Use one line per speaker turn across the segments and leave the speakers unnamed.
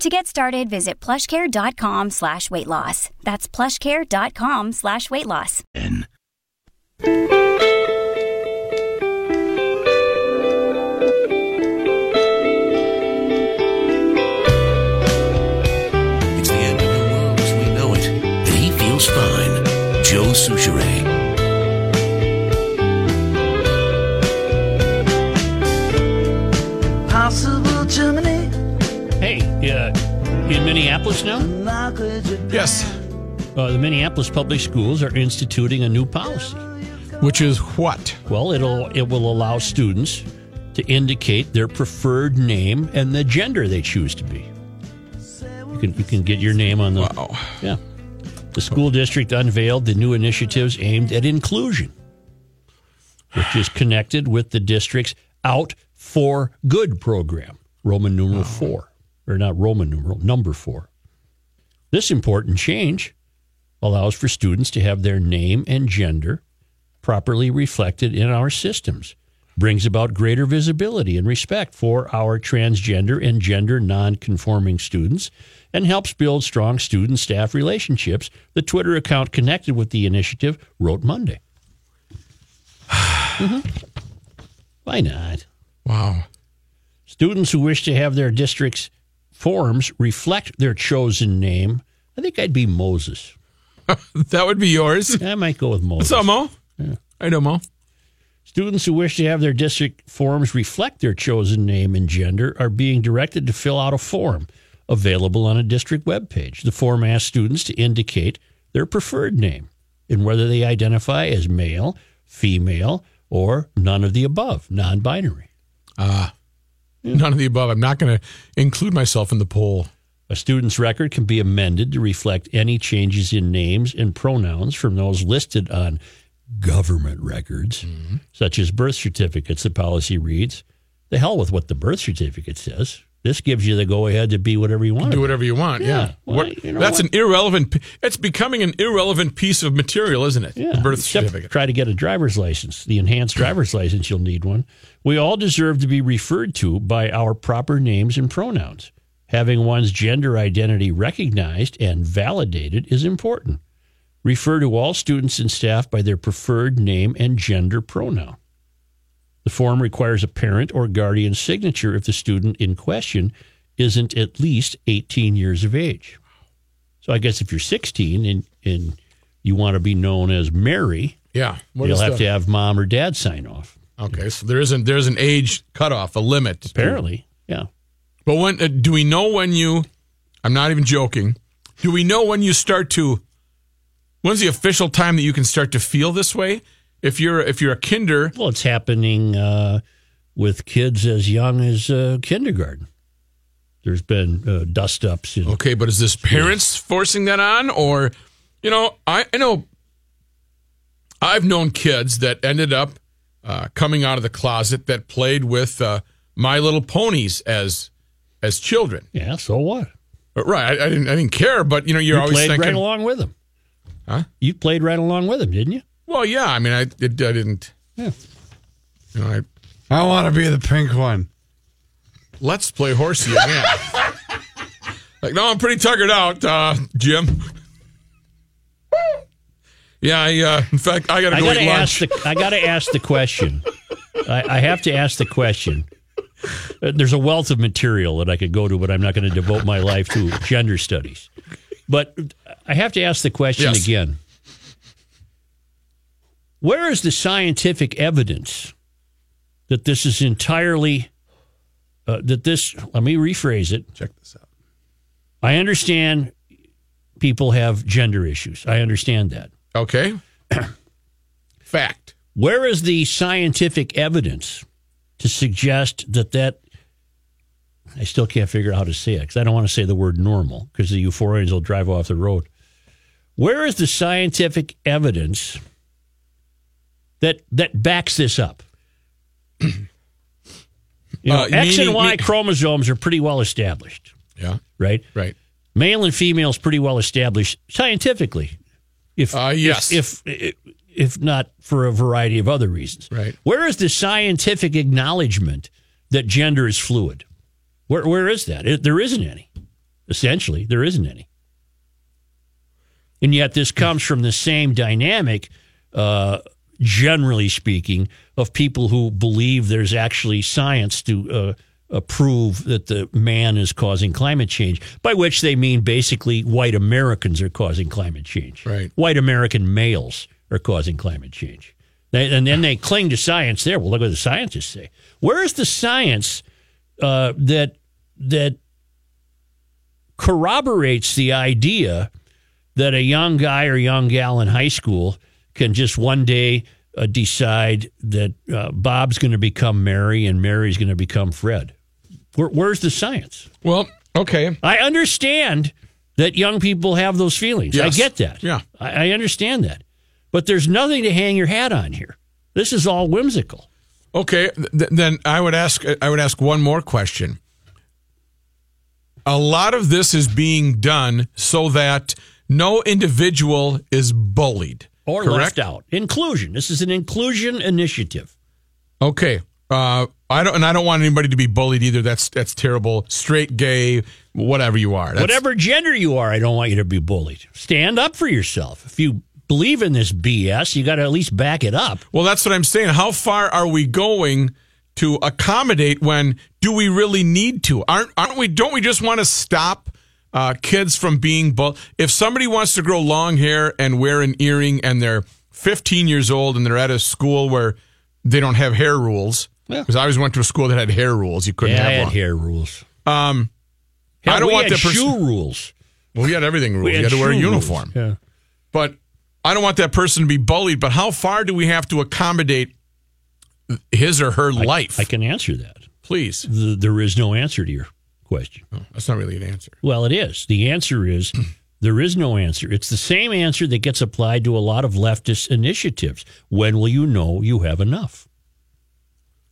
To get started, visit plushcare.com slash weight loss. That's plushcare.com slash weight loss.
N. It's the end of the world as we know it, but he feels fine. Joe Souchere.
Possible Germany.
Hey, uh, you in Minneapolis now?
Yes,
Uh, the Minneapolis Public Schools are instituting a new policy.
which is what?
Well, it'll it will allow students to indicate their preferred name and the gender they choose to be. You can you can get your name on the
Wow.
yeah. The school district unveiled the new initiatives aimed at inclusion, which is connected with the district's Out for Good program, Roman numeral four, or not Roman numeral, number four. This important change allows for students to have their name and gender properly reflected in our systems, brings about greater visibility and respect for our transgender and gender nonconforming students, and helps build strong student staff relationships. The Twitter account connected with the initiative wrote Monday. Mhm. Why not?
Wow.
Students who wish to have their district's forms reflect their chosen name. I think I'd be Moses.
That would be yours.
I might go with Moses.
What's up, Mo? I know, Mo.
Students who wish to have their district forms reflect their chosen name and gender are being directed to fill out a form available on a district webpage. The form asks students to indicate their preferred name and whether they identify as male, female, or none of the above, non binary.
None of the above. I'm not going to include myself in the poll.
A student's record can be amended to reflect any changes in names and pronouns from those listed on government records, such as birth certificates, the policy reads. The hell with what the birth certificate says. This gives you the go ahead to be whatever you want.
Do whatever you want. Yeah.
Yeah. Well,
What-
you know
that's
what?
an irrelevant. p- It's becoming an irrelevant piece of material, isn't it?
Yeah,
The birth
except
certificate.
Try to get a driver's license, the enhanced driver's license. You'll need one. We all deserve to be referred to by our proper names and pronouns. Having one's gender identity recognized and validated is important. Refer to all students and staff by their preferred name and gender pronoun. The form requires a parent or guardian signature if the student in question isn't at least 18 years of age. So I guess if you're 16 and, and you want to be known as Mary,
Yeah. What
you'll
is
have
the-
to have mom or dad sign off.
Okay, so there isn't there's an age cutoff, a limit.
Apparently, yeah.
But when uh, do we know when you? I'm not even joking. Do we know when you start to? When's the official time that you can start to feel this way? If you're if you're a kinder,
Well, it's happening uh, with kids as young as uh, kindergarten. There's been uh, dust ups in
okay, but is this parents forcing that on, or you know, I, I know I've known kids that ended up uh, coming out of the closet that played with uh, My Little Ponies as as children.
Yeah, so what?
But, right, I, I didn't I didn't care, but you know, you're
you
always
played
thinking,
right along with them.
Huh?
You played right along with them, didn't you?
Well, yeah. I mean, I it, I didn't.
Yeah.
You know, I,
I want to be the pink one.
let's play horsey again. like, no, I'm pretty tuckered out, uh, Jim. yeah. I, uh, in fact, I gotta
I
go
gotta
eat
ask
lunch.
the I gotta ask the question. I, I have to ask the question. Uh, There's a wealth of material that I could go to, but I'm not going to devote my life to gender studies. But I have to ask the question
Yes.
again. Where is the scientific evidence that this is entirely, uh, that this, let me rephrase it.
Check this out.
I understand people have gender issues. I understand that.
Okay. Fact.
Where is the scientific evidence to suggest that that? I still can't figure out how to say it because I don't want to say the word normal because the euphorians will drive off the road. Where is the scientific evidence that that backs this up? You know,
Uh,
X
meaning-
and Y
me-
chromosomes are pretty well established,
Yeah.
right?
Right.
Male and female is pretty well established scientifically. If
Uh, yes.
if if if not for a variety of other reasons.
Right.
Where is the scientific acknowledgement that gender is fluid? Where where is that? It, there isn't any. Essentially, there isn't any. And yet, this comes from the same dynamic, uh, generally speaking, of people who believe there's actually science to uh, uh, prove that the man is causing climate change, by which they mean basically white Americans are causing climate change.
Right.
White American males are causing climate change. They, and then they cling to science there. Well, look what the scientists say. Where is the science uh, that that corroborates the idea that a young guy or young gal in high school can just one day uh, decide that uh, Bob's going to become Mary and Mary's going to become Fred. Where, where's the science?
Well, okay.
I understand that young people have those feelings. I
Yes.
get that.
Yeah.
I, I understand that. But there's nothing to hang your hat on here. This is all whimsical.
Okay, th- then I would ask. I would ask one more question. A lot of this is being done so that no individual is bullied
Or
correct?
left out. Inclusion. This is an inclusion initiative.
Okay, uh, I don't, and I don't want anybody to be bullied either. That's that's terrible. Straight, gay, whatever you are. That's-
Whatever gender you are, I don't want you to be bullied. Stand up for yourself. If you believe in this BS, you got to at least back it up.
Well, that's what I'm saying. How far are we going to accommodate when do we really need to? Aren't aren't we? Don't we just want to stop uh, kids from being bull? If somebody wants to grow long hair and wear an earring, and they're 15 years old and they're at a school where they don't have hair rules,
Yeah.
because I always went to a school that had hair rules. You couldn't
Yeah, I
have
had
long.
hair rules.
Um,
Hell,
I don't
we
want
had
the pers-
shoe rules.
well, we had everything rules.
We
you had to wear a
shoe rules.
uniform.
Yeah.
but I don't want that person to be bullied. But how far do we have to accommodate his or her life?
I can answer that.
Please.
Th- there is no answer to your question.
Oh, that's not really an answer.
Well, it is. The answer is there is no answer. It's the same answer that gets applied to a lot of leftist initiatives. When will you know you have enough?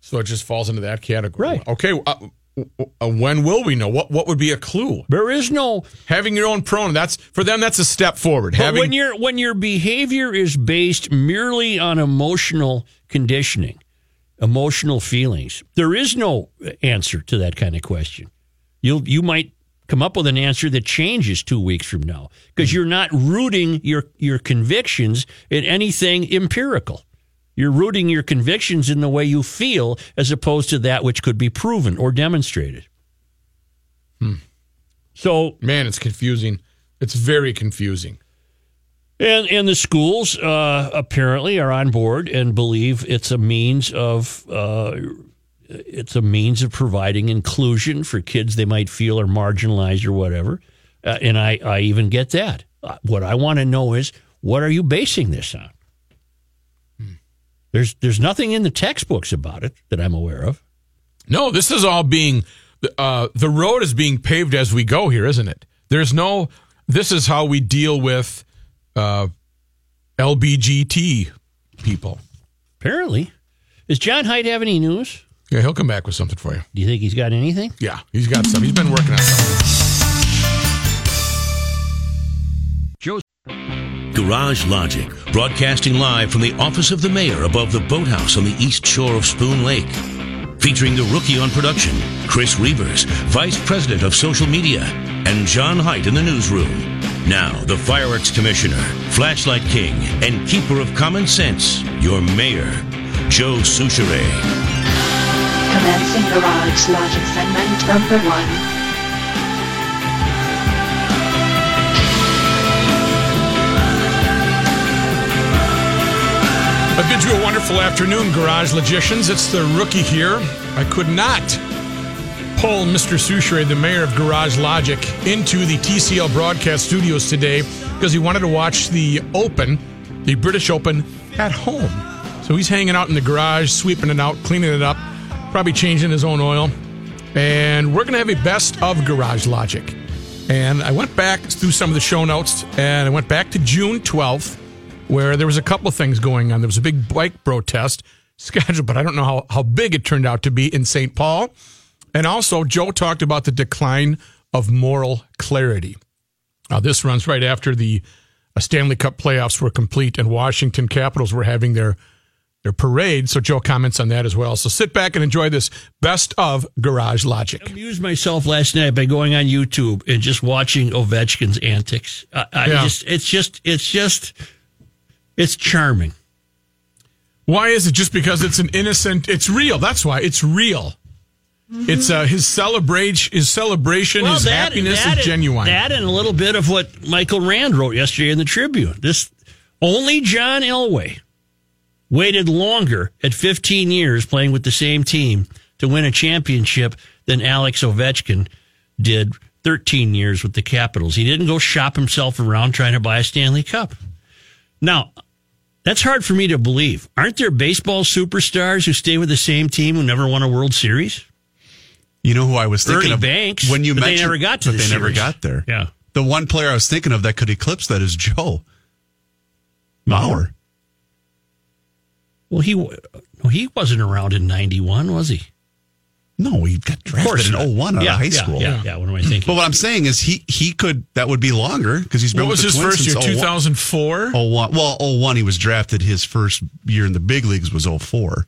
So it just falls into that category.
Right.
Okay. Uh, w- w- uh, when will we know? What What would be a clue?
There is no
Having your own pronoun. That's for them. That's a step forward.
But
Having
when your when your behavior is based merely on emotional conditioning, emotional feelings, there is no answer to that kind of question. You you might come up with an answer that changes two weeks from now
Mm-hmm.
because you're not rooting your your convictions in anything empirical. You're rooting your convictions in the way you feel as opposed to that which could be proven or demonstrated.
Hmm.
So
man, it's confusing. It's very confusing.
And and the schools uh, apparently are on board and believe it's a means of uh, it's a means of providing inclusion for kids they might feel are marginalized or whatever. Uh, and I I even get that. Uh, What I want to know is what are you basing this on? There's there's nothing in the textbooks about it that I'm aware of.
No, this is all being. Uh, the road is being paved as we go here, isn't it? There's no. This is how we deal with uh, LBGT people.
Apparently, does John Hyde have any news?
Yeah, he'll come back with something for you.
Do you think he's got anything?
Yeah, he's got some. He's been working on something.
Garage Logic, broadcasting live from the office of the mayor above the boathouse on the east shore of Spoon Lake. Featuring the rookie on production, Chris Reavers, vice president of social media, and John Height in the newsroom. Now, the fireworks commissioner, flashlight king, and keeper of common sense, your mayor, Joe Souchere.
Commencing garage logic segment number one.
I bid you a wonderful afternoon, Garage Logicians. It's the rookie here. I could not pull Mr. Souchere, the mayor of Garage Logic, into the TCL broadcast studios today because he wanted to watch the Open, the British Open, at home. So he's hanging out in the garage, sweeping it out, cleaning it up, probably changing his own oil. And we're going to have a best of Garage Logic. And I went back through some of the show notes and I went back to June 12th where there was a couple of things going on. There was a big bike protest scheduled, but I don't know how, how big it turned out to be in St. Paul. And also, Joe talked about the decline of moral clarity. Now, this runs right after the uh, Stanley Cup playoffs were complete and Washington Capitals were having their their parade. So Joe comments on that as well. So sit back and enjoy this best of Garage Logic.
amused myself last night by going on YouTube and just watching Ovechkin's antics. I, I
Yeah.
just, it's just, it's just, it's charming.
Why is it just because it's an innocent? It's real. That's why it's real. It's uh, his celebration. His celebration. his happiness
Mm-hmm. that
is genuine.
That and a little bit of what Michael Rand wrote yesterday in the Tribune. This only John Elway waited longer at 15 years playing with the same team to win a championship than Alex Ovechkin did 13 years with the Capitals. He didn't go shop himself around trying to buy a Stanley Cup. Now, that's hard for me to believe. Aren't there baseball superstars who stay with the same team who never won a World Series?
You know who I was thinking
Ernie
of
Banks,
when you
but they
mentioned,
never got to the
but they never
series.
got there.
Yeah.
the one player I was thinking of that could eclipse that is Joe Mauer.
Well, he no, he wasn't around in '91, was he?
No, he got drafted in
not.
01 out
yeah,
of high
yeah,
school.
Yeah, yeah, What am I thinking?
But what I'm saying is he he could that would be longer because he's been
what
with
was
the
his
Twins
first year?
since 01
2004.
01 well 01 he was drafted his first year in the big leagues was 04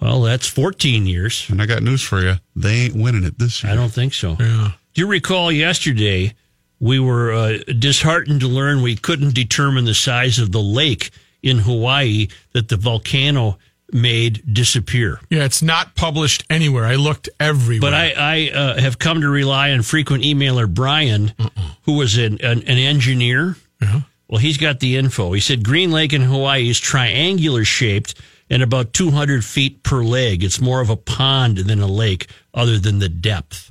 well, that's 14 years.
and I got news for you they ain't winning it this year
I don't think so. Do you recall yesterday we were uh, disheartened to learn we couldn't determine the size of the lake in Hawaii that the volcano made disappear?
Yeah, it's not published anywhere. I looked everywhere.
But I, I uh, have come to rely on frequent emailer Brian, who was an, an, an engineer.
Uh-huh.
Well, he's got the info. He said Green Lake in Hawaii is triangular shaped and about 200 feet per leg. It's more of a pond than a lake, other than the depth.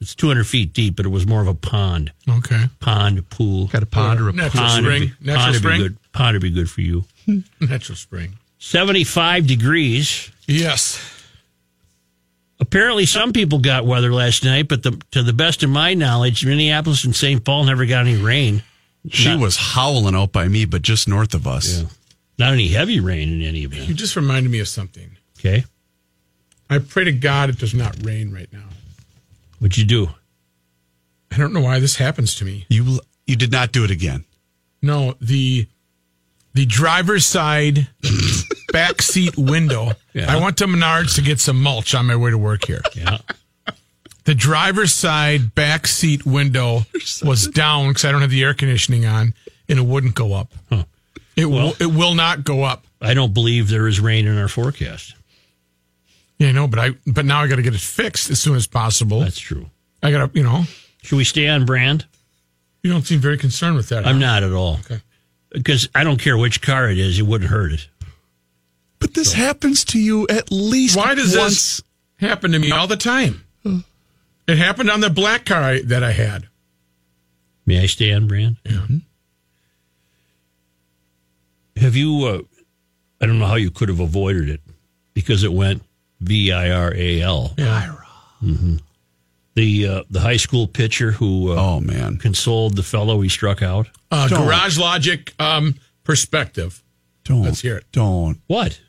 It's 200 feet deep, but it was more of a pond.
okay.
Pond, pool.
got a ponder a
Natural
pond would
spring.
be-
Natural
pond would be
spring.
good. Pond would be good for you.
Natural spring.
75 degrees.
Yes.
Apparently, some people got weather last night, but the, to the best of my knowledge, Minneapolis and St. Paul never got any rain.
she was howling out by me but just north of us
Not any heavy rain in any event.
You just reminded me of something.
Okay.
I pray to God it does not rain right now.
What'd you do?
I don't know why this happens to me.
you you did not do it again
No, the the driver's side back seat window.
Yeah.
I went to Menards to get some mulch on my way to work here.
Yeah.
The driver's side back seat window was down because I don't have the air conditioning on, and it wouldn't go up. It will. It will not go up.
I don't believe there is rain in our forecast.
Yeah, no, but I. But now I got to get it fixed as soon as possible.
That's true.
I got to. You know,
Should we stay on brand?
you don't seem very concerned with that.
I'm not at all.
Okay.
Because I don't care which car it is, it wouldn't hurt it.
but this happens to you at least
Why does
once
this happen to me all the time? It happened on the black car I, that I had.
May I stay on brand? Yeah. Have you? Uh, I don't know how you could have avoided it because it went V I R A L.
Yeah.
The uh, the high school pitcher who uh,
oh man
consoled the fellow he struck out.
Uh, garage logic um, perspective.
don't
Let's hear it.
don't
What?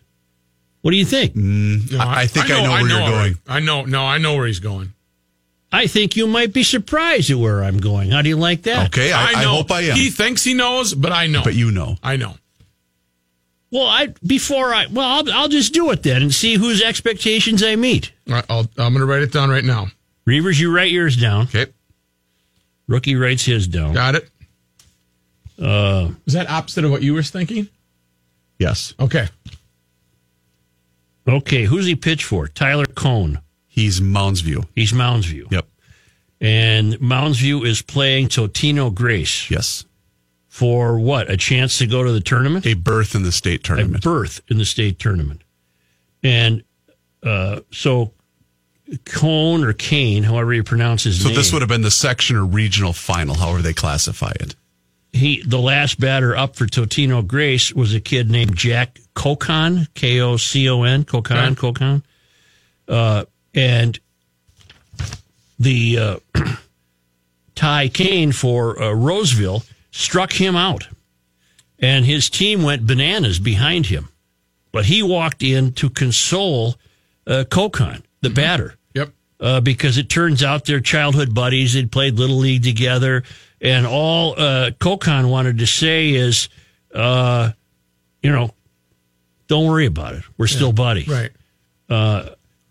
What do you think?
Mm.
No,
I- I think I know where you're
already.
going.
I know. No, I know where he's going.
I think you might be surprised at where I'm going. How do you like that?
okay I, I,
know.
hope I am
He thinks he knows, but I know.
but you know
I know.
Well, I before I well, I'll, I'll just do it then and see whose expectations I meet.
All right, I'll, I'm going to write it down right now.
Reavers, you write yours down.
Okay.
Rookie writes his down.
Got it. Uh, Is that opposite of what you were thinking?
yes
Okay.
Okay, who's he pitch for? Tyler Cohn.
he's Moundsview
He's Mounds View.
yep
And Mounds View is playing Totino Grace.
yes
for what? A chance to go to the tournament?
A berth in the state
A
tournament.
berth in the state tournament. And uh, so Cone or Kane, however you pronounce his
So
name.
this would have been the section or regional final, however they classify it.
he the last batter up for Totino Grace was a kid named Jack Kokon, K O C O N, Kokon, Kokon. Uh, and the uh, Ty Kane for uh, Roseville struck him out, and his team went bananas behind him. But he walked in to console uh, Kokon, the batter
Yep.
uh, because it turns out they're childhood buddies. They'd played little league together, and all uh, Kokon wanted to say is, uh, you know, don't worry about it. We're still buddies,
Right.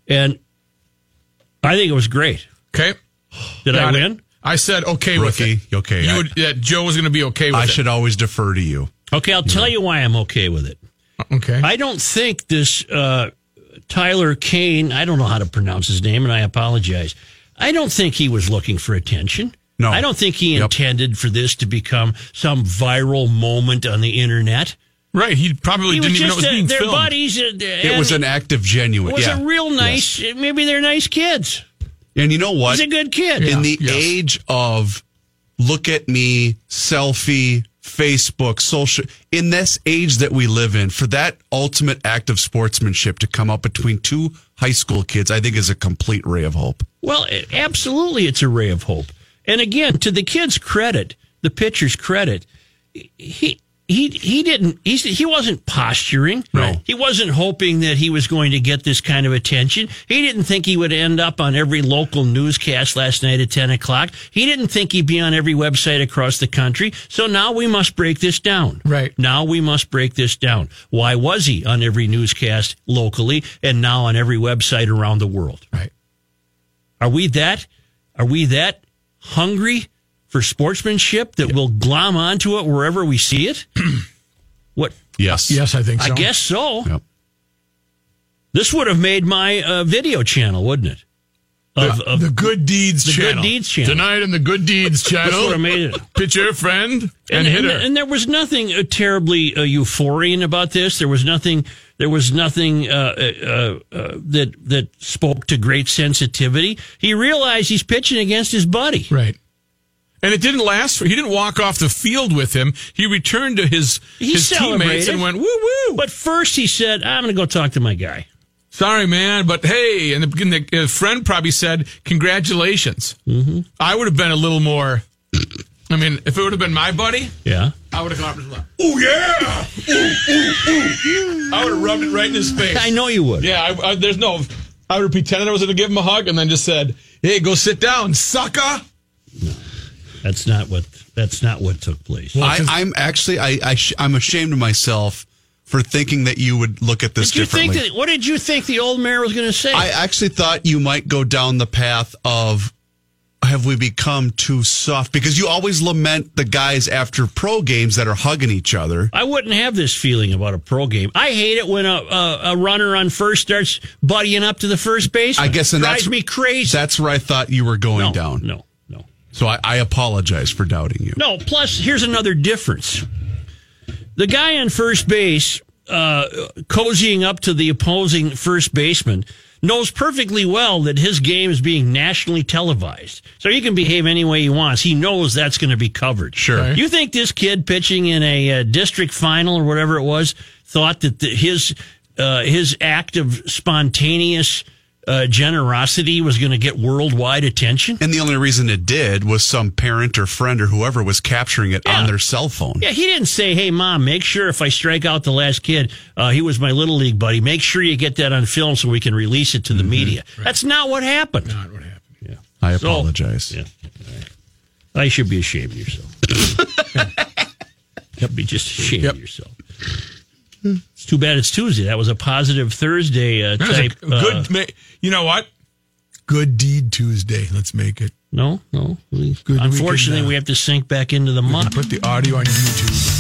And I think it was great.
Okay.
Did I
Got it.
win?
I said okay
Rookie,
with it.
okay,
You
I-
would, that Joe was going to be okay with
I
it.
should always defer to you.
Okay, I'll tell you why I'm okay with it.
Okay.
I don't think this uh, Tyler Kane, I don't know how to pronounce his name, and I apologize. I don't think he was looking for attention.
No.
I don't think he
Yep.
intended for this to become some viral moment on the internet.
right. He probably
He was
didn't even know it
just
was
a,
being
their
filmed.
buddies.
It was an act of genuine.
it was
yeah.
a real nice, maybe they're nice kids.
Yes. And you know what?
He's a good kid.
in the
yes.
age of look at me, selfie, Facebook, social, in this age that we live in, for that ultimate act of sportsmanship to come up between two high school kids, I think is a complete ray of hope.
Well, it, absolutely, it's a ray of hope. And again, to the kid's credit, the pitcher's credit, he he he didn't he he wasn't posturing.
No.
he wasn't hoping that he was going to get this kind of attention. He didn't think he would end up on every local newscast last night at ten o'clock. He didn't think he'd be on every website across the country. So now we must break this down.
Right.
now we must break this down. Why was he on every newscast locally and now on every website around the world?
Right.
Are we that? Are we that hungry for sportsmanship that we'll glom onto it wherever we see it? what?
Yes.
Yes, I think so.
I guess so.
Yep.
This would have made my uh, video channel, wouldn't it? Of,
The,
of
the Good Deeds
The Good
Channel.
Deeds Channel.
Tonight on the Good Deeds
this would
Channel.
have made it.
Pitcher, friend,
and,
and, hitter.
and there was nothing uh, terribly uh, euphorian about this. There was nothing. There was nothing uh, uh, uh, that that spoke to great sensitivity. He realized he's pitching against his buddy.
Right. And it didn't last for. He didn't walk off the field with him. He returned to his
He
his teammates
celebrated.
and went woo woo.
But first, he said, "I'm going to go talk to my guy."
Sorry, man, but hey, and the, and the uh, friend probably said congratulations. Mm-hmm. I would have been a little more. I mean, if it would have been my buddy,
Yeah.
I would have gone up and Oh yeah! Ooh, ooh, ooh. I would have rubbed it right in his face.
I know you would.
Yeah, I, I, there's no. I would have pretended I was going to give him a hug and then just said, "Hey, go sit down, sucker."
That's not what that's not what took place.
I, I'm actually, I, I sh- I'm ashamed of myself for thinking that you would look at this
did you
differently.
think that what did you think the old mayor was gonna say?
I actually thought you might go down the path of have we become too soft? Because you always lament the guys after pro games that are hugging each other.
I wouldn't have this feeling about a pro game. I hate it when a, a, a runner on first starts buddying up to the first base.
I guess, and
drives
that's
me crazy.
That's where I thought you were going
no,
down.
No, no,
So I, I apologize for doubting you.
no. Plus, here's another difference: the guy on first base, uh, cozying up to the opposing first baseman, knows perfectly well that his game is being nationally televised, so he can behave any way he wants. He knows that's going to be covered.
Sure.
You think this kid pitching in a uh, district final or whatever it was thought that the, his uh, his act of spontaneous uh, generosity was going to get worldwide attention?
And the only reason it did was some parent or friend or whoever was capturing it on their cell phone.
Yeah, he didn't say, "Hey, mom, make sure if I strike out the last kid, uh, he was my little league buddy. Make sure you get that on film so we can release it to
Mm-hmm.
the media." That's not what happened.
I
So-
apologize.
Yeah. I should be ashamed of yourself. You'd be just ashamed
Yep.
of yourself. It's too bad it's Tuesday. That was a positive Thursday uh,
That's
type.
a good.
uh,
ma- you know what? Good deed Tuesday. Let's make it.
no, no.
Good
Unfortunately,
weekend, uh,
we have to sink back into the mud.
Put the audio on YouTube.